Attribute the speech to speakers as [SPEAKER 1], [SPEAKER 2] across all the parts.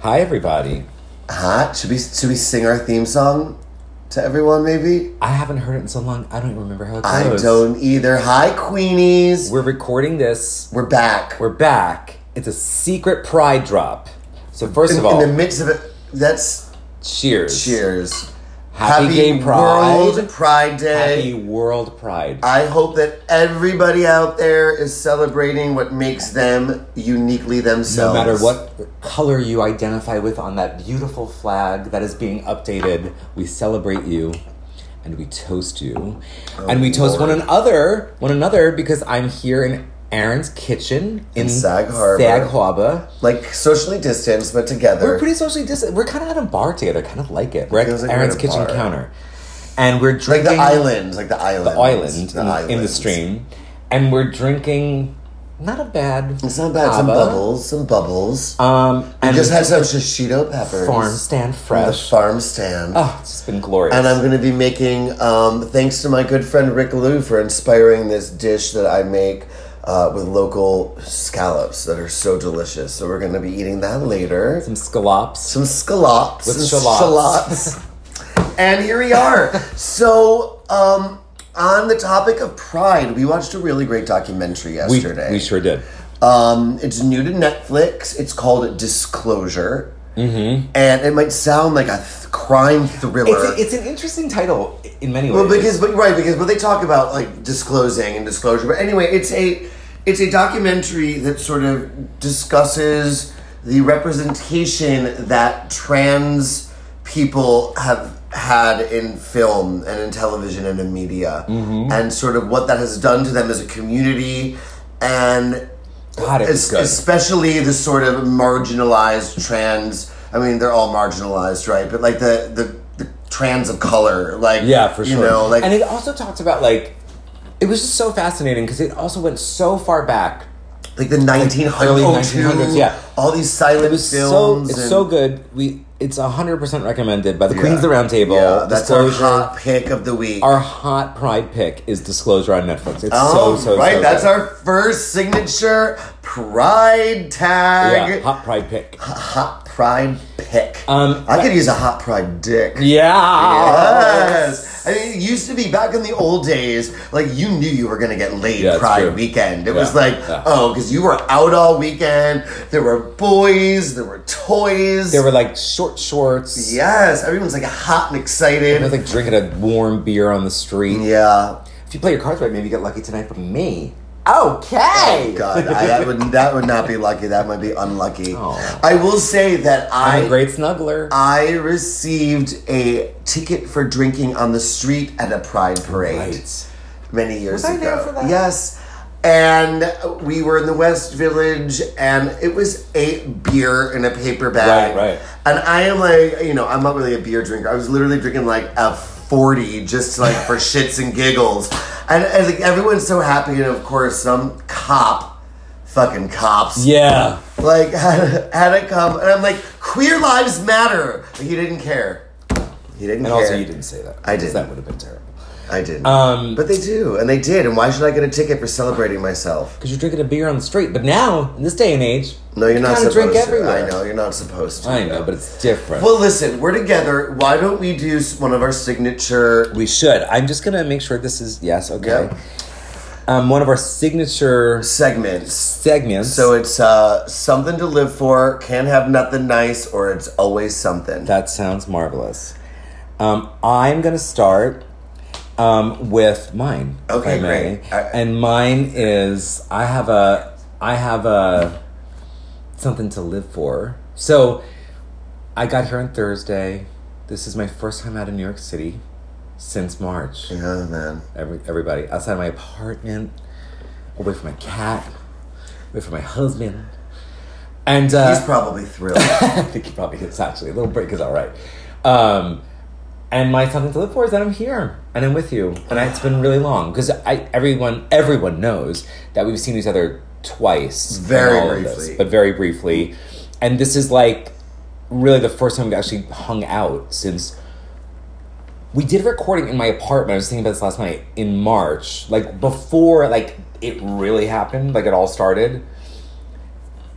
[SPEAKER 1] Hi, everybody.
[SPEAKER 2] Hot. Should we should we sing our theme song to everyone? Maybe.
[SPEAKER 1] I haven't heard it in so long. I don't even remember how it
[SPEAKER 2] I
[SPEAKER 1] goes.
[SPEAKER 2] don't either. Hi, Queenies. We're,
[SPEAKER 1] We're recording this.
[SPEAKER 2] back.
[SPEAKER 1] We're back. It's a secret pride drop. So first
[SPEAKER 2] in,
[SPEAKER 1] of all,
[SPEAKER 2] in the midst of it. That's
[SPEAKER 1] cheers.
[SPEAKER 2] cheers.
[SPEAKER 1] Happy, Gay Pride.
[SPEAKER 2] World Pride Day.
[SPEAKER 1] Happy World Pride.
[SPEAKER 2] I hope that everybody out there is celebrating what makes them uniquely
[SPEAKER 1] no
[SPEAKER 2] themselves.
[SPEAKER 1] matter what color you identify with on that beautiful flag that is being updated, we celebrate you and we toast you. and we toast
[SPEAKER 2] Oh, Lord.
[SPEAKER 1] one another, one another because I'm here in Aaron's kitchen in,
[SPEAKER 2] Sag Harbor.
[SPEAKER 1] Sag Harbor.
[SPEAKER 2] Like socially distanced, but together.
[SPEAKER 1] We're pretty socially distant. We're kind of at a bar together. Kind of like it. We're at
[SPEAKER 2] feels like we're
[SPEAKER 1] Aaron's
[SPEAKER 2] at a
[SPEAKER 1] kitchen
[SPEAKER 2] bar.
[SPEAKER 1] counter, and we're
[SPEAKER 2] like
[SPEAKER 1] drinking
[SPEAKER 2] the island, like the island,
[SPEAKER 1] the island,
[SPEAKER 2] the
[SPEAKER 1] in, the- in the
[SPEAKER 2] islands.
[SPEAKER 1] stream, and we're drinking not a bad.
[SPEAKER 2] It's not bad. Some
[SPEAKER 1] cava.
[SPEAKER 2] bubbles, some bubbles.
[SPEAKER 1] Um,
[SPEAKER 2] I
[SPEAKER 1] and
[SPEAKER 2] just had some shishito peppers.
[SPEAKER 1] farm stand
[SPEAKER 2] from the
[SPEAKER 1] fresh.
[SPEAKER 2] farm stand.
[SPEAKER 1] Oh, it's just been glorious.
[SPEAKER 2] And I'm going to be making, um, thanks to my good friend Rick Lou for inspiring this dish that I make uh, with local scallops that are so delicious. So we're going to be eating that later.
[SPEAKER 1] some scallops.
[SPEAKER 2] Some scallops.
[SPEAKER 1] With
[SPEAKER 2] and
[SPEAKER 1] shallots.
[SPEAKER 2] shallots. and here we are. So, um, on the topic of pride, we watched a really great documentary
[SPEAKER 1] we,
[SPEAKER 2] yesterday.
[SPEAKER 1] we sure did.
[SPEAKER 2] Um, it's new to Netflix. It's called Disclosure. Mm-hmm. And it might sound like a th- crime thriller.
[SPEAKER 1] It's, a, it's an interesting title in many ways.
[SPEAKER 2] well, because but right, because but they talk about like disclosing and disclosure. But anyway, it's a it's a documentary that sort of discusses the representation that trans people have had in film and in television and in media, and sort of what that has done to them as a community, and
[SPEAKER 1] God, it was
[SPEAKER 2] Es-
[SPEAKER 1] good.
[SPEAKER 2] especially the sort of marginalized trans. I mean, they're all marginalized, right? But like the the, the trans of color, like
[SPEAKER 1] Yeah, for sure.
[SPEAKER 2] You know, like
[SPEAKER 1] and it also talked about like it was just so fascinating because it also went so far back
[SPEAKER 2] like the nineteen
[SPEAKER 1] early
[SPEAKER 2] hundreds,
[SPEAKER 1] 1900s, yeah.
[SPEAKER 2] all these silent
[SPEAKER 1] It was so
[SPEAKER 2] films.
[SPEAKER 1] it's
[SPEAKER 2] and-
[SPEAKER 1] so good. We it's hundred percent recommended by the
[SPEAKER 2] Yeah.
[SPEAKER 1] Queens of the Round Table.
[SPEAKER 2] Yeah, that's our
[SPEAKER 1] Disclosure.
[SPEAKER 2] hot pick of the week.
[SPEAKER 1] Our hot pride pick is Disclosure on Netflix. It's
[SPEAKER 2] Oh,
[SPEAKER 1] so so
[SPEAKER 2] right,
[SPEAKER 1] so
[SPEAKER 2] that's
[SPEAKER 1] good.
[SPEAKER 2] our first signature pride tag.
[SPEAKER 1] yeah, hot pride pick.
[SPEAKER 2] Hot pride pick.
[SPEAKER 1] Um,
[SPEAKER 2] I
[SPEAKER 1] but-
[SPEAKER 2] could use a hot pride dick.
[SPEAKER 1] Yeah.
[SPEAKER 2] Yes. I mean, it used to be back in the old days, like you knew you were going to get laid
[SPEAKER 1] Yeah, it's
[SPEAKER 2] Pride
[SPEAKER 1] true.
[SPEAKER 2] weekend. It
[SPEAKER 1] Yeah,
[SPEAKER 2] was like,
[SPEAKER 1] yeah.
[SPEAKER 2] oh, because you were out all weekend. There were boys, there were toys.
[SPEAKER 1] There were like short shorts.
[SPEAKER 2] yes, everyone's like hot and excited.
[SPEAKER 1] It was like drinking a warm beer on the street.
[SPEAKER 2] Mm. yeah.
[SPEAKER 1] If you play your cards right, maybe you get lucky tonight. But me, okay.
[SPEAKER 2] Oh, God, I, that would that would not be lucky. That might be unlucky.
[SPEAKER 1] Oh.
[SPEAKER 2] I will say that
[SPEAKER 1] I'm a
[SPEAKER 2] I
[SPEAKER 1] great snuggler.
[SPEAKER 2] I received a ticket for drinking on the street at a Pride parade.
[SPEAKER 1] right.
[SPEAKER 2] many years
[SPEAKER 1] Was I
[SPEAKER 2] ago.
[SPEAKER 1] there for that?
[SPEAKER 2] Yes. And we were in the West Village, and it was a beer in a paper bag.
[SPEAKER 1] Right, right.
[SPEAKER 2] And I am like, you know, I'm not really a beer drinker. I was literally drinking like a 40 just like for shits and giggles. And, and like, everyone's so happy, and of course, some cop, fucking cops,
[SPEAKER 1] Yeah.
[SPEAKER 2] like had, had it come. And I'm like, queer lives matter. But he didn't care. He didn't
[SPEAKER 1] And
[SPEAKER 2] care.
[SPEAKER 1] also, you didn't say that.
[SPEAKER 2] I
[SPEAKER 1] because
[SPEAKER 2] didn't.
[SPEAKER 1] That would have been terrible.
[SPEAKER 2] I didn't.
[SPEAKER 1] Um,
[SPEAKER 2] but they do, and they did. And why should I get a ticket for celebrating myself?
[SPEAKER 1] Because you're drinking a beer on the street. But now, in this day and age,
[SPEAKER 2] No, you're
[SPEAKER 1] you
[SPEAKER 2] not
[SPEAKER 1] kinda
[SPEAKER 2] supposed
[SPEAKER 1] drink
[SPEAKER 2] to.
[SPEAKER 1] everywhere.
[SPEAKER 2] I know you're not supposed to.
[SPEAKER 1] I know, but it's different.
[SPEAKER 2] Well, listen, we're together. Why don't we do s- one of our signature?
[SPEAKER 1] we should. I'm just gonna make sure this is yes, okay.
[SPEAKER 2] Yeah.
[SPEAKER 1] Um, one of our signature
[SPEAKER 2] Segments.
[SPEAKER 1] segments.
[SPEAKER 2] So it's uh, something to live for, can't have nothing nice, or it's always something.
[SPEAKER 1] that sounds marvelous. Um, I'm gonna start um, with mine. if
[SPEAKER 2] Okay,
[SPEAKER 1] I may.
[SPEAKER 2] great. I-
[SPEAKER 1] and mine is I have a I have a something to live for. So I got here on Thursday. This is my first time out of New York City since March.
[SPEAKER 2] yeah, man.
[SPEAKER 1] every, everybody outside my apartment, away from my cat, away from my husband. And
[SPEAKER 2] He's
[SPEAKER 1] uh,
[SPEAKER 2] probably thrilled.
[SPEAKER 1] I think he probably is actually. A little break is all right. Um, and my something to live for is that I'm here and I'm with you. And I, it's been really long because I everyone everyone knows that we've seen each other twice, and
[SPEAKER 2] Very
[SPEAKER 1] all of this,
[SPEAKER 2] briefly.
[SPEAKER 1] but very briefly. And this is like really the first time we actually hung out since we did a recording in my apartment. I was thinking about this last night in March, like before, like it really happened, like it all started.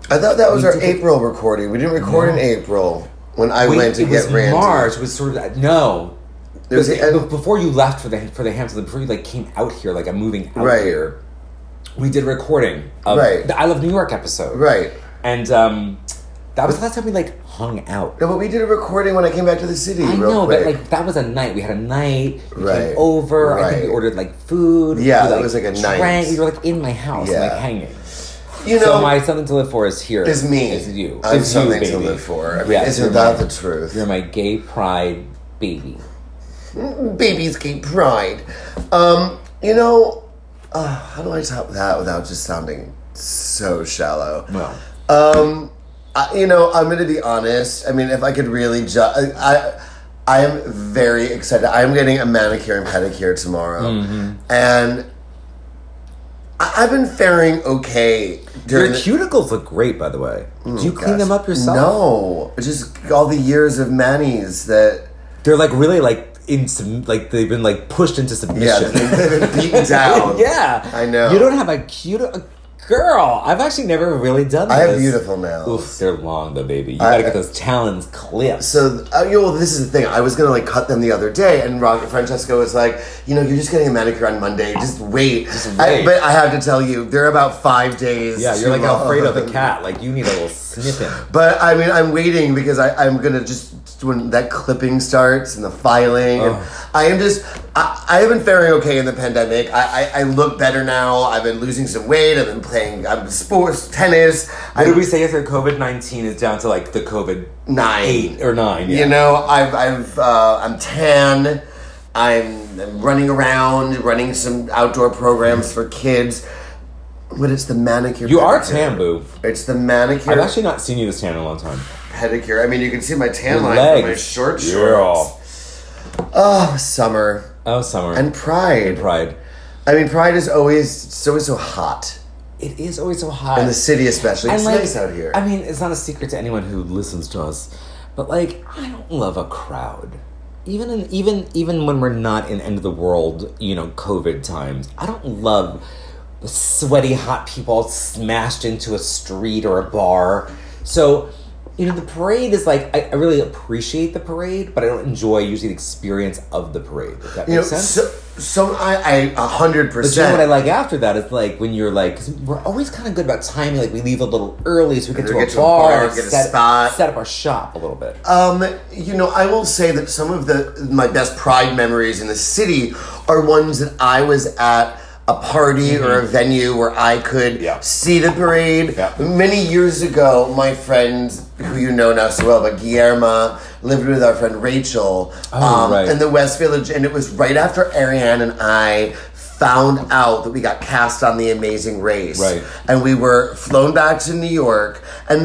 [SPEAKER 2] I thought that was
[SPEAKER 1] We
[SPEAKER 2] our
[SPEAKER 1] did it-
[SPEAKER 2] April recording. We didn't record in April when I
[SPEAKER 1] Wait,
[SPEAKER 2] went to
[SPEAKER 1] it
[SPEAKER 2] get
[SPEAKER 1] was
[SPEAKER 2] Randy.
[SPEAKER 1] March was sort of that. No,
[SPEAKER 2] It was
[SPEAKER 1] But
[SPEAKER 2] the end-
[SPEAKER 1] be- before you left for the for the Hamptons, before you like came out here, like I'm moving out
[SPEAKER 2] Right.
[SPEAKER 1] here. We did a recording of
[SPEAKER 2] Right.
[SPEAKER 1] the I Love New York episode,
[SPEAKER 2] Right.
[SPEAKER 1] and um, that was the last time we like hung out.
[SPEAKER 2] No, but we did a recording when I came back to the city.
[SPEAKER 1] I
[SPEAKER 2] real
[SPEAKER 1] know,
[SPEAKER 2] quick.
[SPEAKER 1] but like that was a night. We had a night. We
[SPEAKER 2] Right.
[SPEAKER 1] came over. I think we
[SPEAKER 2] Right.
[SPEAKER 1] ordered like food.
[SPEAKER 2] Yeah,
[SPEAKER 1] we,
[SPEAKER 2] that was, like, a night.
[SPEAKER 1] drank. We were like in my house, and,
[SPEAKER 2] Yeah.
[SPEAKER 1] like hanging.
[SPEAKER 2] you know,
[SPEAKER 1] so my something to live for is here.
[SPEAKER 2] is me.
[SPEAKER 1] Is you.
[SPEAKER 2] I'm
[SPEAKER 1] Is you,
[SPEAKER 2] something to
[SPEAKER 1] baby.
[SPEAKER 2] live for. I mean,
[SPEAKER 1] Yes,
[SPEAKER 2] isn't
[SPEAKER 1] you're
[SPEAKER 2] that
[SPEAKER 1] my-
[SPEAKER 2] the truth?
[SPEAKER 1] You're my gay pride baby.
[SPEAKER 2] babies keep pride. Um, you know, uh, how do I top that without just sounding so shallow?
[SPEAKER 1] Well.
[SPEAKER 2] Um, I, you know, I'm going to be honest. I mean, if I could really just, I, I am very excited. I'm getting a manicure and pedicure tomorrow,
[SPEAKER 1] Mm-hmm.
[SPEAKER 2] and I, I've been faring okay.
[SPEAKER 1] Your
[SPEAKER 2] During the- Oh,
[SPEAKER 1] cuticles look great, by the way. Do you clean
[SPEAKER 2] Gosh.
[SPEAKER 1] them up yourself?
[SPEAKER 2] No, just all the years of manis that.
[SPEAKER 1] They're like really like in some like they've been like pushed into
[SPEAKER 2] Yeah,
[SPEAKER 1] submission.
[SPEAKER 2] they've been beaten down.
[SPEAKER 1] yeah,
[SPEAKER 2] I know.
[SPEAKER 1] You don't have a cute a girl. I've actually never really done. This.
[SPEAKER 2] I have beautiful nails.
[SPEAKER 1] Oof, they're long though, baby. You gotta get those talons clipped.
[SPEAKER 2] So, uh, you know, well, this is the thing. I was gonna like cut them the other day, and Rocket Francesco was like, "You know, you're just getting a manicure on Monday. Just wait."
[SPEAKER 1] wait.
[SPEAKER 2] I, but I have to tell you, they're about five days.
[SPEAKER 1] yeah,
[SPEAKER 2] too
[SPEAKER 1] you're like
[SPEAKER 2] long.
[SPEAKER 1] Alfredo the cat. Like you need a little snipping.
[SPEAKER 2] But I mean, I'm waiting because I, I'm gonna just when that clipping starts and the filing, and
[SPEAKER 1] Ugh.
[SPEAKER 2] I am just I, I have been faring okay in the pandemic. I, I, I look better now. I've been losing some weight. I've been playing I'm sports, tennis.
[SPEAKER 1] What
[SPEAKER 2] I
[SPEAKER 1] did we say after COVID nineteen is down to like the COVID
[SPEAKER 2] nine.
[SPEAKER 1] eight or nine? Yeah.
[SPEAKER 2] You know, I've, I've, uh, I'm tan. I'm, I'm running around, running some outdoor programs for kids. But it's the manicure.
[SPEAKER 1] Mm-hmm. you are
[SPEAKER 2] pedicure.
[SPEAKER 1] tan, boo.
[SPEAKER 2] It's the manicure
[SPEAKER 1] I've actually not seen you this tan in a long time.
[SPEAKER 2] pedicure. I mean, you can see my tan
[SPEAKER 1] Your
[SPEAKER 2] line
[SPEAKER 1] legs.
[SPEAKER 2] from my short shorts.
[SPEAKER 1] Yeah.
[SPEAKER 2] Oh, summer
[SPEAKER 1] Oh, summer
[SPEAKER 2] and pride.
[SPEAKER 1] pride.
[SPEAKER 2] I mean, pride is always it's always so hot
[SPEAKER 1] It is always so hot.
[SPEAKER 2] in the city, especially. It's
[SPEAKER 1] And, like,
[SPEAKER 2] nice out here.
[SPEAKER 1] I mean, it's not a secret to anyone who listens to us, but like, I don't love a crowd. Even in, even even when we're not in end of the world, you know, COVID times, I don't love sweaty, hot people smashed into a street or a bar. So, you know, the parade is like I, I really appreciate the parade, but I don't enjoy usually the experience of the parade. If that
[SPEAKER 2] you know,
[SPEAKER 1] makes sense.
[SPEAKER 2] so, so I, I a hundred
[SPEAKER 1] But you know
[SPEAKER 2] percent.
[SPEAKER 1] what I like after that is like when you're like, because we're always kind of good about timing. Like we leave a little early so we get, to,
[SPEAKER 2] We
[SPEAKER 1] a
[SPEAKER 2] get to a
[SPEAKER 1] bar,
[SPEAKER 2] bar,
[SPEAKER 1] and
[SPEAKER 2] get a
[SPEAKER 1] set,
[SPEAKER 2] spot.
[SPEAKER 1] set up our shop a little bit.
[SPEAKER 2] Um, you know, I will say that some of the my best pride memories in the city are ones that I was at a party or a venue where I could
[SPEAKER 1] Mm-hmm. Yeah.
[SPEAKER 2] see the parade.
[SPEAKER 1] Yeah.
[SPEAKER 2] Many years ago, my friend, who you know now so well, but Guillermo, lived with our friend Rachel
[SPEAKER 1] Oh, right.
[SPEAKER 2] in the West Village, and it was right after Ariane and I found out that we got cast on The Amazing Race
[SPEAKER 1] Right.
[SPEAKER 2] and we were flown back to New York. And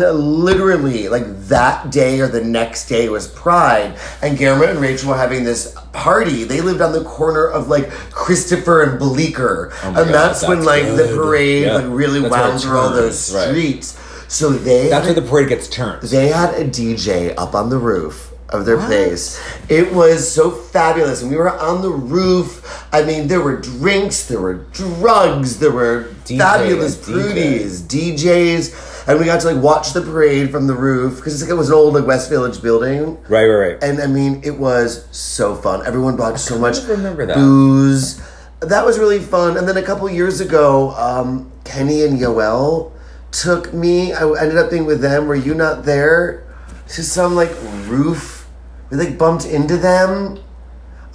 [SPEAKER 2] literally, like that day or the next day was Pride. And Guillermo and Rachel were having this party. They lived on the corner of like Christopher and Bleecker.
[SPEAKER 1] Oh my
[SPEAKER 2] and
[SPEAKER 1] God,
[SPEAKER 2] that's, when
[SPEAKER 1] that's
[SPEAKER 2] like the
[SPEAKER 1] good.
[SPEAKER 2] parade
[SPEAKER 1] Yeah.
[SPEAKER 2] like really
[SPEAKER 1] That's where
[SPEAKER 2] wound
[SPEAKER 1] it
[SPEAKER 2] through all those
[SPEAKER 1] turns, right.
[SPEAKER 2] streets. So they
[SPEAKER 1] That's
[SPEAKER 2] had,
[SPEAKER 1] where the parade gets turned.
[SPEAKER 2] they had a DJ up on the roof of their place. It was so fabulous. And we were on the roof. I mean, there were drinks, there were drugs, there were
[SPEAKER 1] DJ,
[SPEAKER 2] fabulous
[SPEAKER 1] like DJ.
[SPEAKER 2] prudies, DJs. And we got to like watch the parade from the roof because like, it was an old like West Village building.
[SPEAKER 1] right, right, right.
[SPEAKER 2] And I mean, it was so fun. Everyone brought so much
[SPEAKER 1] of remember that.
[SPEAKER 2] booze. That was really fun. And then a couple years ago, um, Kenny and Yoel took me. I ended up being with them. Were you not there? To some like roof. We like bumped into them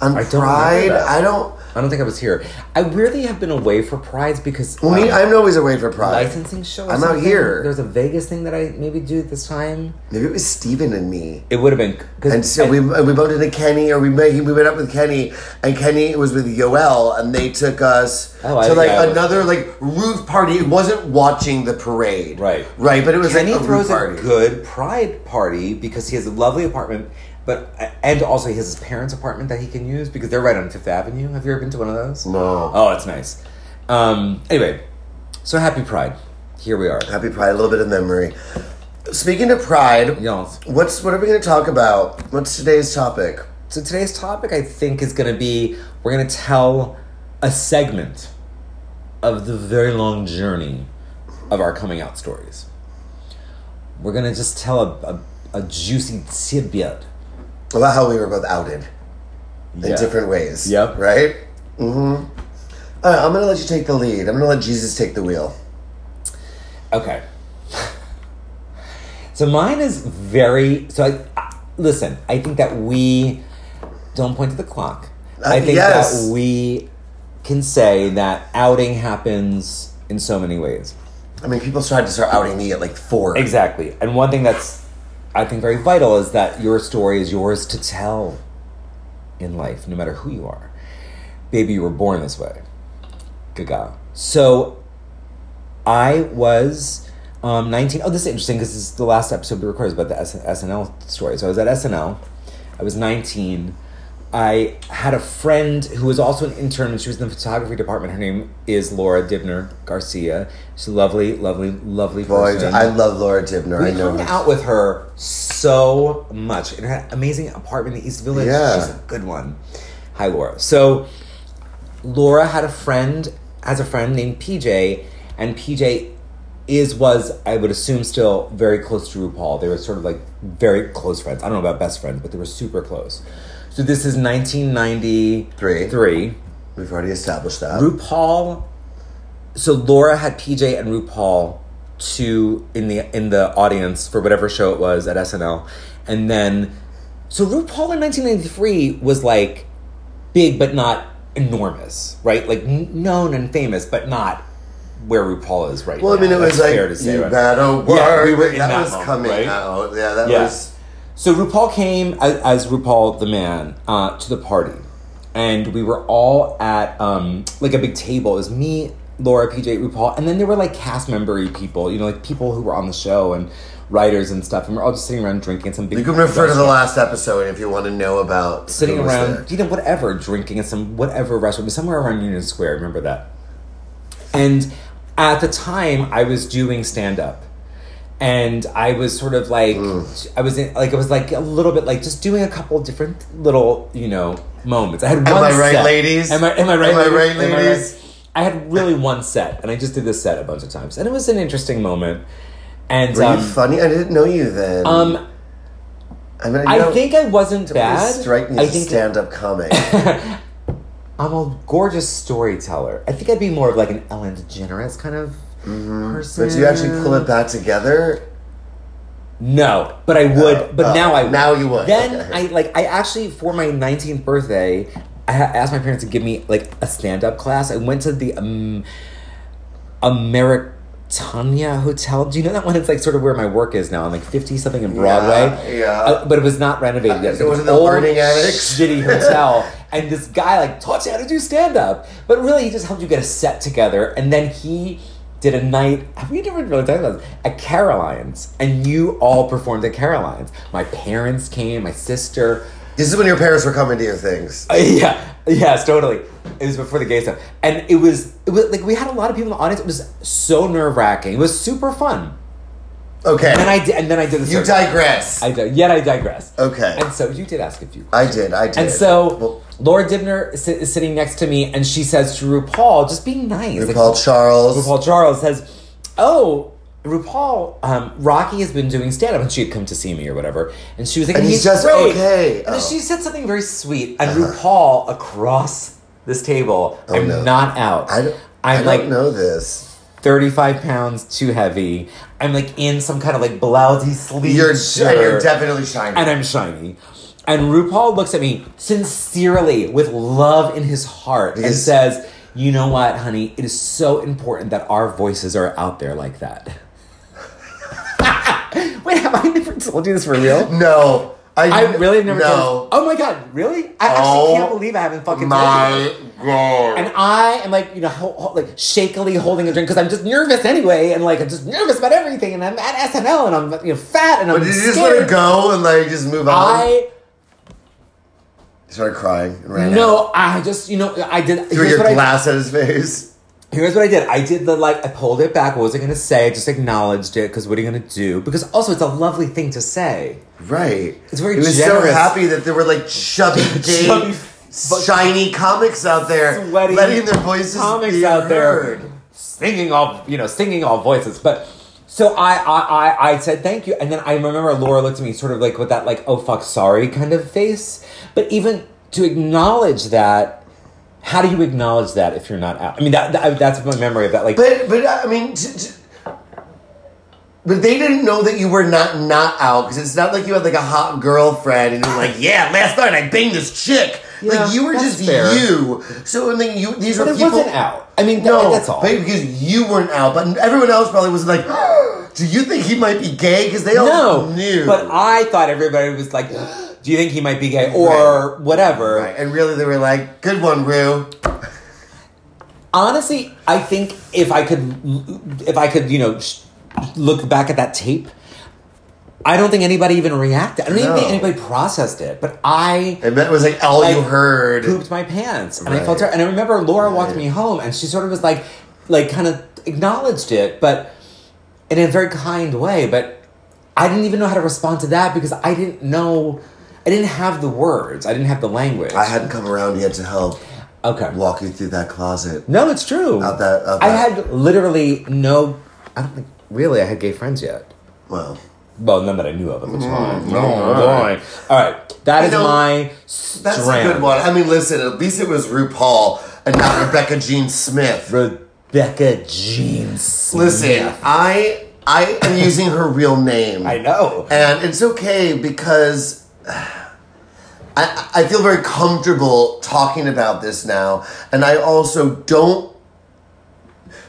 [SPEAKER 2] on
[SPEAKER 1] I don't remember
[SPEAKER 2] Pride.
[SPEAKER 1] that.
[SPEAKER 2] I don't.
[SPEAKER 1] I don't think I was here. I weirdly have been away for prides because
[SPEAKER 2] I mean,
[SPEAKER 1] um,
[SPEAKER 2] I'm always away for Pride.
[SPEAKER 1] licensing show. or
[SPEAKER 2] I'm out
[SPEAKER 1] something.
[SPEAKER 2] here.
[SPEAKER 1] There's a Vegas thing that I maybe do this time.
[SPEAKER 2] Maybe it was Steven and me.
[SPEAKER 1] It would have been because
[SPEAKER 2] And so we, we bumped into Kenny, or we met, he- we met up with Kenny, and Kenny was with Yoel, and they took us
[SPEAKER 1] Oh, I-
[SPEAKER 2] to like
[SPEAKER 1] yeah, I was-
[SPEAKER 2] another like roof party. It wasn't watching the parade,
[SPEAKER 1] Right.
[SPEAKER 2] Right, but it was
[SPEAKER 1] Kenny
[SPEAKER 2] like a
[SPEAKER 1] throws
[SPEAKER 2] roof party.
[SPEAKER 1] a good pride party because he has a lovely apartment, but uh, and also he has his parents' apartment that he can use because they're right on Fifth Avenue. Have you ever been to one of those?
[SPEAKER 2] No.
[SPEAKER 1] Oh, it's nice. Um, anyway, so happy Pride. Here we are,
[SPEAKER 2] Happy Pride, a little bit of memory. Speaking of Pride,
[SPEAKER 1] y'all.
[SPEAKER 2] what's what are we going to talk about? What's today's topic?
[SPEAKER 1] So today's topic, I think, is going to be we're going to tell a segment of the very long journey of our coming out stories. We're gonna just tell a, a, a juicy tidbit.
[SPEAKER 2] About how we were both outed in
[SPEAKER 1] Yeah.
[SPEAKER 2] different ways.
[SPEAKER 1] Yep.
[SPEAKER 2] Right? Mm-hmm. All right, I'm going to let you take the lead. I'm going to let Jesus take the wheel.
[SPEAKER 1] Okay. So mine is very. So I, I listen. I think that we don't point to the clock. I think
[SPEAKER 2] yes.
[SPEAKER 1] that we can say that outing happens in so many ways.
[SPEAKER 2] I mean, people tried to start outing me at like four.
[SPEAKER 1] Exactly. And one thing that's, I think, very vital is that your story is yours to tell in life, no matter who you are. Baby, you were born this way. Gaga. So I was um, 19. Oh, this is interesting because this is the last episode we recorded about the S- SNL story. So I was at SNL. I was 19. I had a friend who was also an intern, and she was in the photography department. Her name is Laura Dibner Garcia. She's a lovely, lovely, lovely
[SPEAKER 2] Boy,
[SPEAKER 1] person.
[SPEAKER 2] I love Laura Dibner.
[SPEAKER 1] We
[SPEAKER 2] I know
[SPEAKER 1] hung
[SPEAKER 2] her.
[SPEAKER 1] out with her so much in her amazing apartment in the East Village.
[SPEAKER 2] Yeah.
[SPEAKER 1] She's a good one. Hi, Laura. So, Laura had a friend, has a friend named PJ, and PJ is, was, I would assume, still very close to RuPaul. They were sort of like very close friends. I don't know about best friends, but they were super close. So, this is 1993.
[SPEAKER 2] We've already established that.
[SPEAKER 1] RuPaul. So Laura had PJ and RuPaul two in the in the audience for whatever show it was at SNL, and then so RuPaul in 1993 was like big but not enormous, right? Like n- known and famous, but not where RuPaul is right
[SPEAKER 2] well, I mean,
[SPEAKER 1] now.
[SPEAKER 2] it was
[SPEAKER 1] That's
[SPEAKER 2] like,
[SPEAKER 1] fair to say,
[SPEAKER 2] you
[SPEAKER 1] right?
[SPEAKER 2] better work.
[SPEAKER 1] Yeah, we were in
[SPEAKER 2] that,
[SPEAKER 1] that
[SPEAKER 2] was
[SPEAKER 1] moment,
[SPEAKER 2] coming
[SPEAKER 1] right?
[SPEAKER 2] out. Yeah, that
[SPEAKER 1] Yeah.
[SPEAKER 2] was.
[SPEAKER 1] So RuPaul came as, as RuPaul the man uh, to the party, and we were all at um, like a big table. It was me, Laura, PJ, RuPaul, and then there were like cast membery people, you know, like people who were on the show and writers and stuff, and we're all just sitting around drinking some big.
[SPEAKER 2] You can refer to the last episode if you want to know about
[SPEAKER 1] sitting
[SPEAKER 2] who was
[SPEAKER 1] around,
[SPEAKER 2] there.
[SPEAKER 1] you know, whatever, drinking at some whatever restaurant, somewhere around Union Square. I remember that. And at the time, I was doing stand up. And I was sort of like, I was in, like, I was like a little bit like just doing a couple different little, you know, moments. I had
[SPEAKER 2] Am
[SPEAKER 1] one
[SPEAKER 2] I right,
[SPEAKER 1] set.
[SPEAKER 2] ladies?
[SPEAKER 1] Am I, am I right,
[SPEAKER 2] Am I
[SPEAKER 1] ladies?
[SPEAKER 2] right,
[SPEAKER 1] Am I
[SPEAKER 2] ladies?
[SPEAKER 1] I had really one set, and I just did this set a bunch of times, and it was an interesting moment. And
[SPEAKER 2] Were
[SPEAKER 1] um,
[SPEAKER 2] you funny? I didn't know you then.
[SPEAKER 1] um,
[SPEAKER 2] I, mean,
[SPEAKER 1] I think I wasn't bad.
[SPEAKER 2] Strike me
[SPEAKER 1] I
[SPEAKER 2] as a
[SPEAKER 1] think
[SPEAKER 2] stand-up comic.
[SPEAKER 1] I'm a gorgeous storyteller. I think I'd be more of like an Ellen DeGeneres kind of person.
[SPEAKER 2] Mm-hmm. but do you actually pull it back together?
[SPEAKER 1] No, but I would.
[SPEAKER 2] Oh,
[SPEAKER 1] but
[SPEAKER 2] oh,
[SPEAKER 1] now I
[SPEAKER 2] now you would.
[SPEAKER 1] Then
[SPEAKER 2] Okay.
[SPEAKER 1] I like I actually for my 19th birthday, I ha- asked my parents to give me like a stand up class. I went to the um, Americana Hotel. Do you know that one? It's like sort of where my work is now. I'm like 50 something in Broadway.
[SPEAKER 2] yeah.
[SPEAKER 1] Uh, but it was not renovated yet.
[SPEAKER 2] It was
[SPEAKER 1] an
[SPEAKER 2] in the
[SPEAKER 1] old,
[SPEAKER 2] Burning Attics.
[SPEAKER 1] shitty hotel. and this guy like taught you how to do stand up, but really he just helped you get a set together. And then he did a night. Have we never really talked about this? At Caroline's, and you all performed at Caroline's. My parents came. My sister.
[SPEAKER 2] This is when your parents were coming to your things.
[SPEAKER 1] Uh, yeah, yes, totally. It was before the gay stuff, and it was it was like we had a lot of people in the audience. It was so nerve wracking. It was super fun.
[SPEAKER 2] Okay.
[SPEAKER 1] And I did, and then I did this.
[SPEAKER 2] you digress.
[SPEAKER 1] I did, yet I digress.
[SPEAKER 2] Okay.
[SPEAKER 1] And so you did ask a few.
[SPEAKER 2] I did. I did.
[SPEAKER 1] And so
[SPEAKER 2] Well,
[SPEAKER 1] Laura Dibner is, is sitting next to me, and she says to RuPaul, just be nice. Like,
[SPEAKER 2] RuPaul Charles.
[SPEAKER 1] RuPaul Charles says, Oh, RuPaul, um, Rocky has been doing stand up, and she had come to see me or whatever. And she was like,
[SPEAKER 2] And he's just
[SPEAKER 1] great."
[SPEAKER 2] okay.
[SPEAKER 1] And then
[SPEAKER 2] Oh. Uh-huh.
[SPEAKER 1] she said something very sweet, and RuPaul across this table, I'm
[SPEAKER 2] Oh, no.
[SPEAKER 1] not out.
[SPEAKER 2] I don't,
[SPEAKER 1] I'm
[SPEAKER 2] I
[SPEAKER 1] like
[SPEAKER 2] don't know this.
[SPEAKER 1] 35 pounds too heavy. I'm like in some kind of like blousy sleeve.
[SPEAKER 2] You're
[SPEAKER 1] shirt
[SPEAKER 2] and you're definitely shining.
[SPEAKER 1] and I'm shiny. And RuPaul looks at me sincerely with love in his heart and
[SPEAKER 2] Because-
[SPEAKER 1] says, You know what, honey? It is so important that our voices are out there like that. Wait, have I never told you this for real?
[SPEAKER 2] no, I,
[SPEAKER 1] I really have never
[SPEAKER 2] no.
[SPEAKER 1] told Oh my god, really? I
[SPEAKER 2] Oh
[SPEAKER 1] actually can't believe I haven't fucking told you.
[SPEAKER 2] My
[SPEAKER 1] this.
[SPEAKER 2] God.
[SPEAKER 1] And I am like, you know, ho- ho- like shakily holding a drink because I'm just nervous anyway, and like I'm just nervous about everything, and I'm at SNL, and I'm you know fat, and I'm
[SPEAKER 2] Did you
[SPEAKER 1] scared.
[SPEAKER 2] just let it go and like just move on?
[SPEAKER 1] I
[SPEAKER 2] started crying and ran out.
[SPEAKER 1] No, I just you know I did.
[SPEAKER 2] Threw
[SPEAKER 1] here's
[SPEAKER 2] your
[SPEAKER 1] what I-
[SPEAKER 2] glass at his face.
[SPEAKER 1] Here's what I did. I did the like I pulled it back. What was I gonna say? I just acknowledged it because what are you gonna do? Because also it's a lovely thing to say.
[SPEAKER 2] Right.
[SPEAKER 1] It's very
[SPEAKER 2] He was so
[SPEAKER 1] generous.
[SPEAKER 2] happy that there were like chubby, gay,
[SPEAKER 1] Chubby, but-
[SPEAKER 2] shiny comics out there,
[SPEAKER 1] Sweaty
[SPEAKER 2] letting their voices
[SPEAKER 1] comics
[SPEAKER 2] be
[SPEAKER 1] out there
[SPEAKER 2] heard.
[SPEAKER 1] singing all you know, singing all voices. But So I, I, I, I said thank you, and then I remember Laura looked at me sort of like with that like oh fuck sorry kind of face. But even to acknowledge that, how do you acknowledge that if you're not out? I mean that, that that's my memory of that. Like
[SPEAKER 2] But but I mean, t- t- but they didn't know that you were not not out because it's not like you had like a hot girlfriend and you're like, yeah, last night I banged this chick.
[SPEAKER 1] Yeah,
[SPEAKER 2] like you were
[SPEAKER 1] that's
[SPEAKER 2] just
[SPEAKER 1] fair.
[SPEAKER 2] you. So I mean, you these
[SPEAKER 1] but
[SPEAKER 2] were
[SPEAKER 1] it
[SPEAKER 2] people.
[SPEAKER 1] wasn't out. I mean that-
[SPEAKER 2] No,
[SPEAKER 1] that's all.
[SPEAKER 2] but because you weren't out, but everyone else probably was like, "Do you think he might be gay?" Because they all
[SPEAKER 1] no,
[SPEAKER 2] knew.
[SPEAKER 1] but I thought everybody was like, do you think he might be gay or whatever?
[SPEAKER 2] Right, and really, they were like, "Good one, Rue."
[SPEAKER 1] honestly i think if i could if i could you know sh- look back at that tape i don't think anybody even reacted i don't even
[SPEAKER 2] No.
[SPEAKER 1] think anybody processed it but i
[SPEAKER 2] And that was like all
[SPEAKER 1] I
[SPEAKER 2] you heard.
[SPEAKER 1] pooped my pants and i
[SPEAKER 2] Right.
[SPEAKER 1] felt her and i remember laura walked
[SPEAKER 2] Right.
[SPEAKER 1] me home and she sort of was like like kind of acknowledged it but in a very kind way but i didn't even know how to respond to that because i didn't know i didn't have the words i didn't have the language
[SPEAKER 2] I hadn't come around yet to help
[SPEAKER 1] okay
[SPEAKER 2] walk you through that closet.
[SPEAKER 1] No, it's true.
[SPEAKER 2] Not that- not
[SPEAKER 1] I
[SPEAKER 2] that.
[SPEAKER 1] had literally no. I don't think really I had gay friends yet.
[SPEAKER 2] Well,
[SPEAKER 1] Well, none that I knew of at the
[SPEAKER 2] Mm-hmm.
[SPEAKER 1] time. No,
[SPEAKER 2] alright.
[SPEAKER 1] All right, that
[SPEAKER 2] You
[SPEAKER 1] is
[SPEAKER 2] Oh, know,
[SPEAKER 1] my
[SPEAKER 2] That's
[SPEAKER 1] strand.
[SPEAKER 2] a good one. I mean, listen, at least it was RuPaul and not Rebecca Jean Smith.
[SPEAKER 1] Rebecca Jean. Smith.
[SPEAKER 2] Listen, I I am using her real name.
[SPEAKER 1] I know.
[SPEAKER 2] And it's okay because I, I feel very comfortable talking about this now. And I also don't.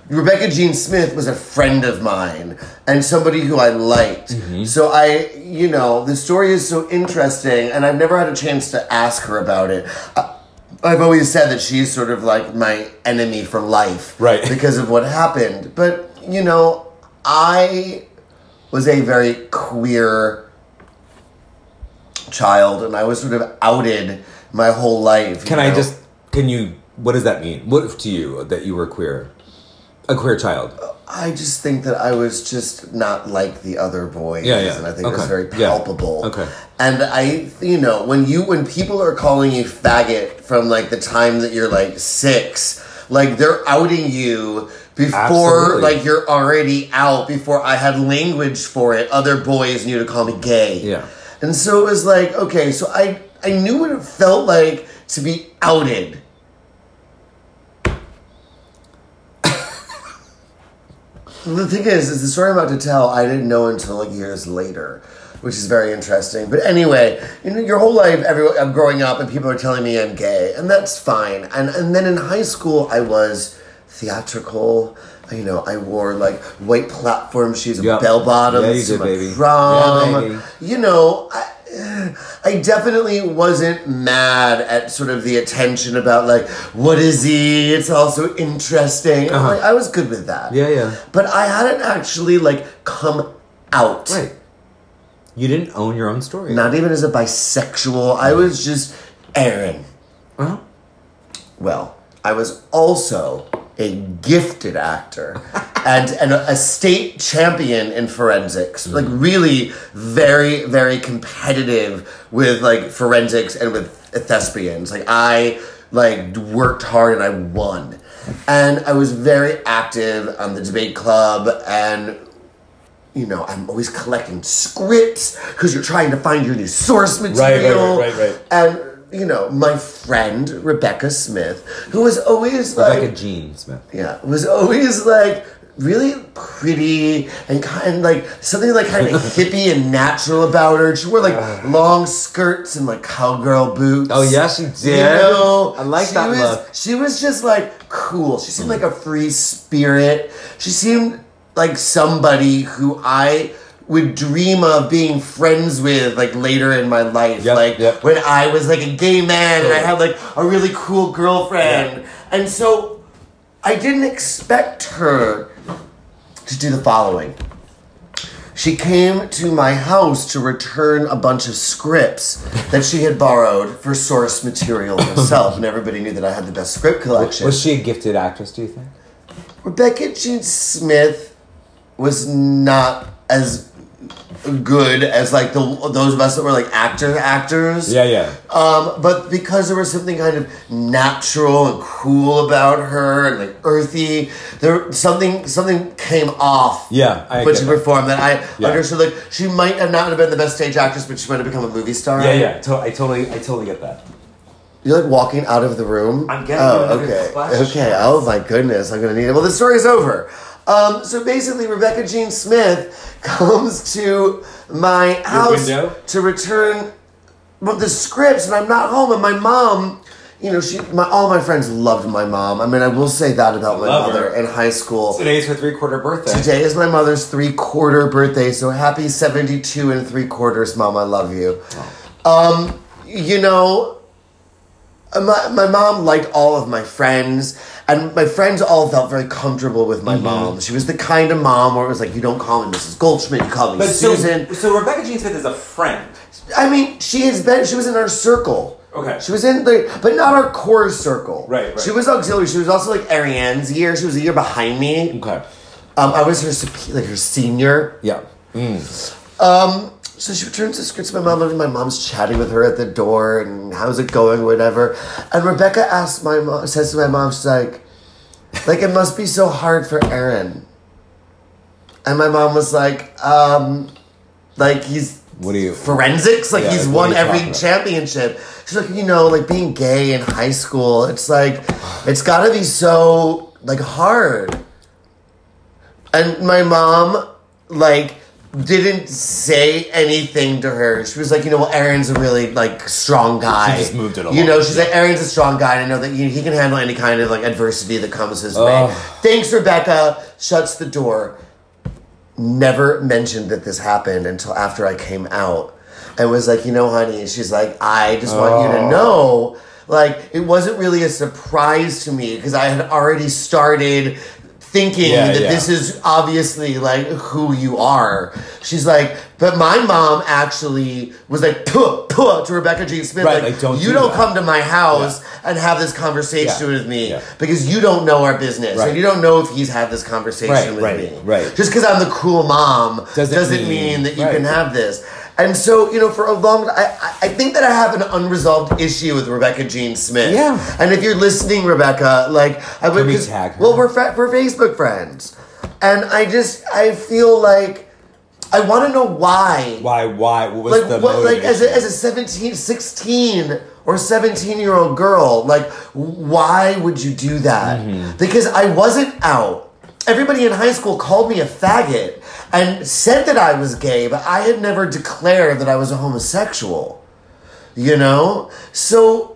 [SPEAKER 2] Rebecca Jean Smith was a friend of mine and somebody who I liked. So I, you know, the story is so interesting and I've never had a chance to ask her about it. I, I've always said that she's sort of like my enemy for life.
[SPEAKER 1] Right.
[SPEAKER 2] Because of what happened. But, you know, I was a very queer child and I was sort of outed my whole life. you
[SPEAKER 1] Can I
[SPEAKER 2] know?
[SPEAKER 1] just? Can you? What does that mean? What if to you that you were queer, a queer child?
[SPEAKER 2] I just think that I was just not like the other boys.
[SPEAKER 1] Yeah, yeah.
[SPEAKER 2] And I think it was
[SPEAKER 1] Okay.
[SPEAKER 2] very
[SPEAKER 1] Yeah.
[SPEAKER 2] palpable.
[SPEAKER 1] Okay.
[SPEAKER 2] And I, you know, when you, when people are calling you faggot from like the time that you're like six, like they're outing you before,
[SPEAKER 1] Absolutely.
[SPEAKER 2] like you're already out before I had language for it. Other boys knew to call me gay.
[SPEAKER 1] Yeah.
[SPEAKER 2] And so it was like, okay, so I, I knew what it felt like to be outed. The thing is, is the story I'm about to tell, I didn't know until like years later, which is very interesting. But anyway, you know, your whole life, everyone, I'm growing up, and people are telling me I'm gay, and that's fine. And and then in high school, I was theatrical. You know, I wore like white platform shoes, and
[SPEAKER 1] Yep.
[SPEAKER 2] bell bottoms,
[SPEAKER 1] Yeah, you did,
[SPEAKER 2] to my
[SPEAKER 1] baby.
[SPEAKER 2] prom.
[SPEAKER 1] Yeah, baby.
[SPEAKER 2] You know, I, I definitely wasn't mad at sort of the attention about like, what is he? It's also interesting. I'm like, I was good with that.
[SPEAKER 1] Uh-huh. Yeah, yeah.
[SPEAKER 2] But I hadn't actually like come out.
[SPEAKER 1] Right. You didn't own your own story.
[SPEAKER 2] Not even as a bisexual. I was just Aaron.
[SPEAKER 1] Uh-huh.
[SPEAKER 2] Well, I was also a gifted actor and, and a state champion in forensics. Like
[SPEAKER 1] Mm.
[SPEAKER 2] really very, very competitive with like forensics and with thespians. Like I like worked hard and I won. And I was very active on the debate club and you know, I'm always collecting scripts because you're trying to find your new source
[SPEAKER 1] right,
[SPEAKER 2] material.
[SPEAKER 1] right, right.
[SPEAKER 2] And you know, my friend Rebecca Smith, who was always like,
[SPEAKER 1] Rebecca Jean Smith.
[SPEAKER 2] yeah, was always like really pretty and kind like something like kind of hippie and natural about her. She wore like long skirts and like cowgirl boots.
[SPEAKER 1] Uh. Oh, yeah, she did.
[SPEAKER 2] You know,
[SPEAKER 1] I like
[SPEAKER 2] she
[SPEAKER 1] that
[SPEAKER 2] was,
[SPEAKER 1] look.
[SPEAKER 2] She was just like cool. She seemed like a free spirit. She seemed like somebody who I would dream of being friends with like later in my life.
[SPEAKER 1] Yep,
[SPEAKER 2] like
[SPEAKER 1] yep.
[SPEAKER 2] when I was like a gay man and I
[SPEAKER 1] Totally.
[SPEAKER 2] had like a really cool girlfriend. And so I didn't expect her to do the following. She came to my house to return a bunch of scripts that she had borrowed for source material herself, and everybody knew that I had the best script collection.
[SPEAKER 1] Was she a gifted actress? Do you think?
[SPEAKER 2] Rebecca Jean Smith was not as good as like the those of us that were like actor actors.
[SPEAKER 1] Yeah, yeah.
[SPEAKER 2] Um, but because there was something kind of natural and cool about her, and like earthy, there something something came off.
[SPEAKER 1] Yeah, I
[SPEAKER 2] when
[SPEAKER 1] get
[SPEAKER 2] she
[SPEAKER 1] that.
[SPEAKER 2] performed that, I
[SPEAKER 1] Yeah.
[SPEAKER 2] understood. Like she might have not have been the best stage actress, but she might have become a movie star.
[SPEAKER 1] Yeah, yeah. To- I totally, I totally get that.
[SPEAKER 2] You're like walking out of the room.
[SPEAKER 1] I'm getting
[SPEAKER 2] Oh,
[SPEAKER 1] another
[SPEAKER 2] okay.
[SPEAKER 1] splash.
[SPEAKER 2] Okay. Oh my goodness, I'm gonna need it. Well, the story's over. Um, so basically, Rebecca Jean Smith comes to my house
[SPEAKER 1] window?
[SPEAKER 2] to return well, the scripts, and I'm not home. And my mom, you know, she, my, all my friends loved my mom. I mean, I will say that about my
[SPEAKER 1] Love her.
[SPEAKER 2] mother in high school.
[SPEAKER 1] Today's her three quarter birthday.
[SPEAKER 2] Today is my mother's three quarter birthday, so happy 72 and three quarters, mom. I love you. Um, you know, uh, my, my mom liked all of my friends, and my friends all felt very comfortable with
[SPEAKER 1] Mm-hmm.
[SPEAKER 2] my mom. She was the kind of mom where it was like, you don't call me Mrs. Goldschmidt, you call me
[SPEAKER 1] But so,
[SPEAKER 2] Susan.
[SPEAKER 1] so Rebecca Jean Smith is a friend.
[SPEAKER 2] I mean, she has been. She was in our circle.
[SPEAKER 1] Okay.
[SPEAKER 2] She was in the, but not our core circle.
[SPEAKER 1] Right, right.
[SPEAKER 2] She was auxiliary. She was also like Ariane's year. She was a year behind me.
[SPEAKER 1] Okay.
[SPEAKER 2] Um, I was her sup- like her senior.
[SPEAKER 1] Yeah.
[SPEAKER 2] Um, so she returns the script to my mom, and my mom's chatting with her at the door, and how's it going, whatever. And Rebecca asks my mom, says to my mom, she's like, like it must be so hard for Aaron. And my mom was like, um, like he's
[SPEAKER 1] What do you?
[SPEAKER 2] forensics. Like
[SPEAKER 1] Yeah,
[SPEAKER 2] he's
[SPEAKER 1] what are
[SPEAKER 2] won
[SPEAKER 1] you talking
[SPEAKER 2] every
[SPEAKER 1] about?
[SPEAKER 2] championship. She's like, you know, like being gay in high school. It's like, it's got to be so like hard. And my mom, like, didn't say anything to her. She was like, you know, well, Aaron's a really like strong guy.
[SPEAKER 1] She just moved it
[SPEAKER 2] You know,
[SPEAKER 1] along.
[SPEAKER 2] she's like, Aaron's a strong guy. And I know that you know, he can handle any kind of like adversity that comes his
[SPEAKER 1] Ugh.
[SPEAKER 2] way. Thanks, Rebecca. Shuts the door never mentioned that this happened until after I came out and was like, you know, honey, and she's like, I just want you
[SPEAKER 1] Oh.
[SPEAKER 2] to know. Like, it wasn't really a surprise to me because I had already started thinking
[SPEAKER 1] Yeah,
[SPEAKER 2] that
[SPEAKER 1] yeah.
[SPEAKER 2] this is obviously like who you are. She's like, but my mom actually was like, puh, puh, to Rebecca Jean Smith.
[SPEAKER 1] Right, like, don't
[SPEAKER 2] you
[SPEAKER 1] do
[SPEAKER 2] don't
[SPEAKER 1] that.
[SPEAKER 2] come to my house and have this conversation
[SPEAKER 1] Yeah,
[SPEAKER 2] with me
[SPEAKER 1] yeah.
[SPEAKER 2] because you don't know our business
[SPEAKER 1] Right.
[SPEAKER 2] and you don't know if he's had this conversation
[SPEAKER 1] Right,
[SPEAKER 2] with
[SPEAKER 1] right,
[SPEAKER 2] me.
[SPEAKER 1] right.
[SPEAKER 2] Just because I'm the cool mom doesn't,
[SPEAKER 1] Doesn't mean-
[SPEAKER 2] mean, that you
[SPEAKER 1] right.
[SPEAKER 2] can have this. And so, you know, for a long I, I- I think that I have an unresolved issue with Rebecca Jean Smith.
[SPEAKER 1] Yeah.
[SPEAKER 2] And if you're listening, Rebecca, like, I would.
[SPEAKER 1] Can we
[SPEAKER 2] 'cause-
[SPEAKER 1] tag her?
[SPEAKER 2] Well, we're, fa- we're Facebook friends. And I just, I feel like I want to know why
[SPEAKER 1] Why? Why? What was
[SPEAKER 2] like
[SPEAKER 1] the
[SPEAKER 2] what like as a,
[SPEAKER 1] motivation?
[SPEAKER 2] as a 17 16 or 17 year old girl like why would you do that
[SPEAKER 1] Mm-hmm.
[SPEAKER 2] because i wasn't out everybody in high school called me a faggot and said that i was gay but i had never declared that i was a homosexual you know so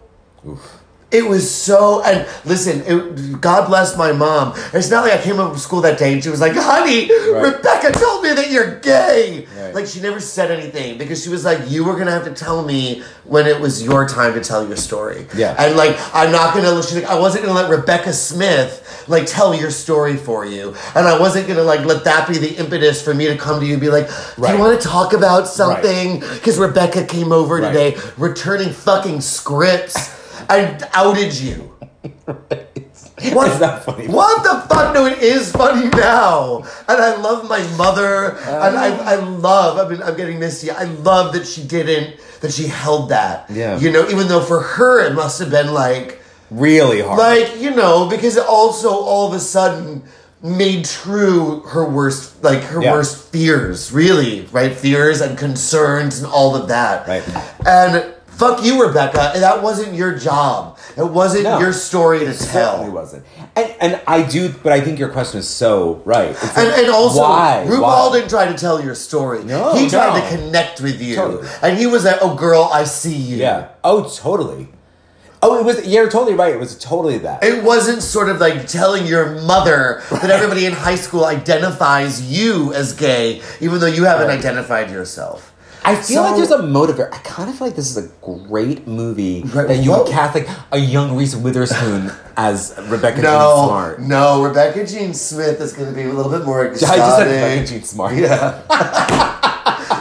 [SPEAKER 2] it was so, and listen, it, God bless my mom. It's not like I came home from school that day and she was like, honey,
[SPEAKER 1] Right.
[SPEAKER 2] Rebecca told me that you're gay.
[SPEAKER 1] Right.
[SPEAKER 2] Like, she never said anything because she was like, you were going to have to tell me when it was your time to tell your story.
[SPEAKER 1] Yeah.
[SPEAKER 2] And like, I'm not going to, she's like, I wasn't going to let Rebecca Smith, like, tell your story for you. And I wasn't going to, like, let that be the impetus for me to come to you and be like, do
[SPEAKER 1] Right.
[SPEAKER 2] you want to talk about something? Because Rebecca came over
[SPEAKER 1] Right.
[SPEAKER 2] today returning fucking scripts. I outed you. What?
[SPEAKER 1] It's not funny.
[SPEAKER 2] What the fuck? No, it is funny now. And I love my mother. and
[SPEAKER 1] Ah.
[SPEAKER 2] I, I love, I mean, I'm getting misty. I love that she didn't, that she held that.
[SPEAKER 1] Yeah.
[SPEAKER 2] You know, even though for her it must have been like,
[SPEAKER 1] really hard.
[SPEAKER 2] like, you know, because it also all of a sudden made true her worst, like her
[SPEAKER 1] Yeah.
[SPEAKER 2] worst fears, really, right? Fears and concerns and all of that.
[SPEAKER 1] Right.
[SPEAKER 2] And fuck you, Rebecca. That wasn't your job. It wasn't
[SPEAKER 1] No.
[SPEAKER 2] your story to
[SPEAKER 1] certainly
[SPEAKER 2] tell.
[SPEAKER 1] wasn't. And and I do, but I think your question is so right. It's like,
[SPEAKER 2] And, and also,
[SPEAKER 1] why?
[SPEAKER 2] RuPaul
[SPEAKER 1] Why?
[SPEAKER 2] didn't try to tell your story.
[SPEAKER 1] No,
[SPEAKER 2] he tried
[SPEAKER 1] no.
[SPEAKER 2] to connect with you,
[SPEAKER 1] Totally.
[SPEAKER 2] and he was like, "Oh, girl, I see you."
[SPEAKER 1] Yeah. Oh, totally. Oh, it was. You're totally right. It was totally that.
[SPEAKER 2] It wasn't sort of like telling your mother that everybody in high school identifies you as gay, even though you haven't identified yourself.
[SPEAKER 1] I feel like
[SPEAKER 2] So-
[SPEAKER 1] there's a motivator. I kind of feel like this is a great movie
[SPEAKER 2] Right,
[SPEAKER 1] that you would
[SPEAKER 2] whoa.
[SPEAKER 1] cast like a young Reese Witherspoon as Rebecca Jean
[SPEAKER 2] No,
[SPEAKER 1] Smart.
[SPEAKER 2] no, Rebecca Jean Smith is going to be a little bit more
[SPEAKER 1] I
[SPEAKER 2] exotic.
[SPEAKER 1] just said Rebecca Jean Smart. Yeah.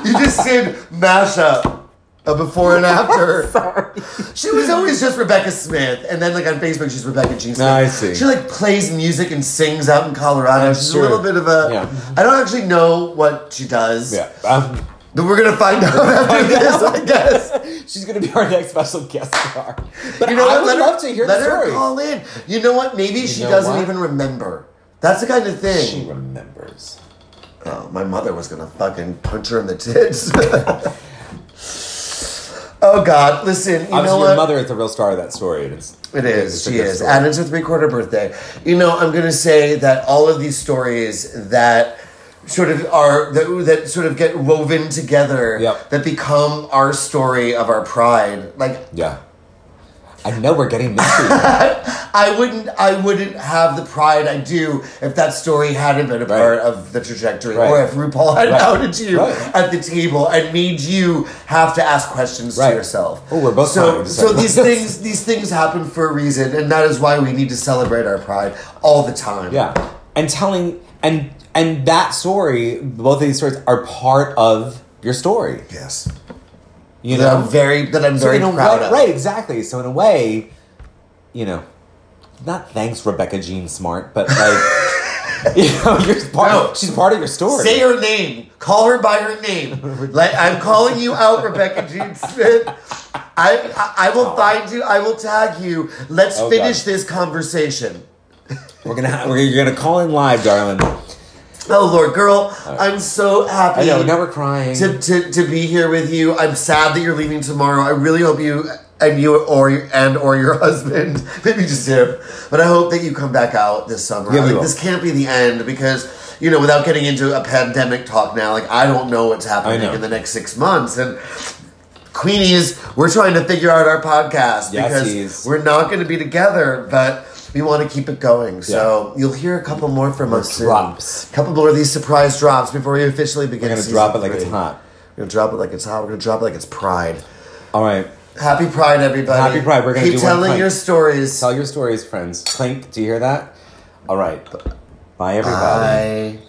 [SPEAKER 2] you just did mashup. a before and after.
[SPEAKER 3] Sorry.
[SPEAKER 2] She was always just Rebecca Smith, and then like on Facebook, she's Rebecca Jean Smith.
[SPEAKER 1] I see.
[SPEAKER 2] She like plays music and sings out in Colorado.
[SPEAKER 1] That's
[SPEAKER 2] she's
[SPEAKER 1] true.
[SPEAKER 2] a little bit of a.
[SPEAKER 1] Yeah.
[SPEAKER 2] I don't actually know what she does.
[SPEAKER 1] Yeah. Um,
[SPEAKER 2] But we're gonna find out after this, I guess.
[SPEAKER 1] she's going to be our next special guest star. But
[SPEAKER 2] You know
[SPEAKER 1] I
[SPEAKER 2] what?
[SPEAKER 1] would
[SPEAKER 2] Let her-
[SPEAKER 1] love to hear
[SPEAKER 2] Let
[SPEAKER 1] the
[SPEAKER 2] her
[SPEAKER 1] story.
[SPEAKER 2] call in. You know what? Maybe she
[SPEAKER 1] know
[SPEAKER 2] doesn't
[SPEAKER 1] what?
[SPEAKER 2] even remember. That's the kind of thing.
[SPEAKER 1] She remembers.
[SPEAKER 2] Oh, my mother was gonna fucking punch her in the tits. oh God! Listen, you know
[SPEAKER 1] Obviously,
[SPEAKER 2] what?
[SPEAKER 1] your mother is the real star of that story. and it's-
[SPEAKER 2] It is.
[SPEAKER 1] a
[SPEAKER 2] She
[SPEAKER 1] good
[SPEAKER 2] is.
[SPEAKER 1] story.
[SPEAKER 2] And it's her three quarter birthday. You know, I'm going to say that all of these stories that sort of are that, that sort of get woven together
[SPEAKER 1] Yep.
[SPEAKER 2] that become our story of our pride. Like
[SPEAKER 1] Yeah. I know we're getting mystery.
[SPEAKER 2] I wouldn't I wouldn't have the pride I do if that story hadn't been a
[SPEAKER 1] Right.
[SPEAKER 2] part of the trajectory or
[SPEAKER 1] Right.
[SPEAKER 2] if RuPaul had
[SPEAKER 1] Right.
[SPEAKER 2] outed you
[SPEAKER 1] Right.
[SPEAKER 2] at the table and made you have to ask questions
[SPEAKER 1] Right.
[SPEAKER 2] to yourself.
[SPEAKER 1] Oh, we're both
[SPEAKER 2] so
[SPEAKER 1] proud.
[SPEAKER 2] so these things these things happen for a reason and that is why we need to celebrate our pride all the time.
[SPEAKER 1] Yeah, and telling and and that story, both of these stories are part of your story.
[SPEAKER 2] Yes.
[SPEAKER 1] You
[SPEAKER 2] That
[SPEAKER 1] know,
[SPEAKER 2] I'm very that I'm
[SPEAKER 1] So
[SPEAKER 2] very
[SPEAKER 1] in a
[SPEAKER 2] proud
[SPEAKER 1] way,
[SPEAKER 2] of.
[SPEAKER 1] right, exactly. So in a way, you know, not thanks Rebecca Jean Smart, but like, you know, you're part.
[SPEAKER 2] No.
[SPEAKER 1] She's part of your story.
[SPEAKER 2] Say her name. Call her by her name. Like I'm calling you out, Rebecca Jean Smith. I, I I will find you. I will tag you. Let's
[SPEAKER 1] Oh,
[SPEAKER 2] finish
[SPEAKER 1] God.
[SPEAKER 2] this conversation.
[SPEAKER 1] we're gonna ha- we're, you're gonna call in live, darling.
[SPEAKER 2] Oh Lord, girl, I'm so happy.
[SPEAKER 1] I know. Now we're crying.
[SPEAKER 2] to, to to be here with you. I'm sad that you're leaving tomorrow. I really hope you and you or and or your husband, maybe just him, but I hope that you come back out this summer.
[SPEAKER 1] Yeah, we
[SPEAKER 2] Like,
[SPEAKER 1] will.
[SPEAKER 2] this can't be the end because you know, without getting into a pandemic talk now, like I don't know what's happening
[SPEAKER 1] know.
[SPEAKER 2] in the next six months and. Queenies, we're trying to figure out our podcast
[SPEAKER 1] Yesies.
[SPEAKER 2] because we're not going to be together, but we want to keep it going. So you'll hear a couple more from us soon.
[SPEAKER 1] drops.
[SPEAKER 2] A couple more of these surprise drops before we officially begin.
[SPEAKER 1] we're gonna drop it like it's hot.
[SPEAKER 2] We're gonna drop it like it's hot. We're gonna drop it like it's pride.
[SPEAKER 1] All right,
[SPEAKER 2] Happy Pride, everybody.
[SPEAKER 1] Happy Pride. We're gonna
[SPEAKER 2] keep
[SPEAKER 1] do one
[SPEAKER 2] telling
[SPEAKER 1] plank.
[SPEAKER 2] your stories.
[SPEAKER 1] tell your stories, friends. Clink. Do you hear that? All right. Bye, everybody.
[SPEAKER 2] Bye.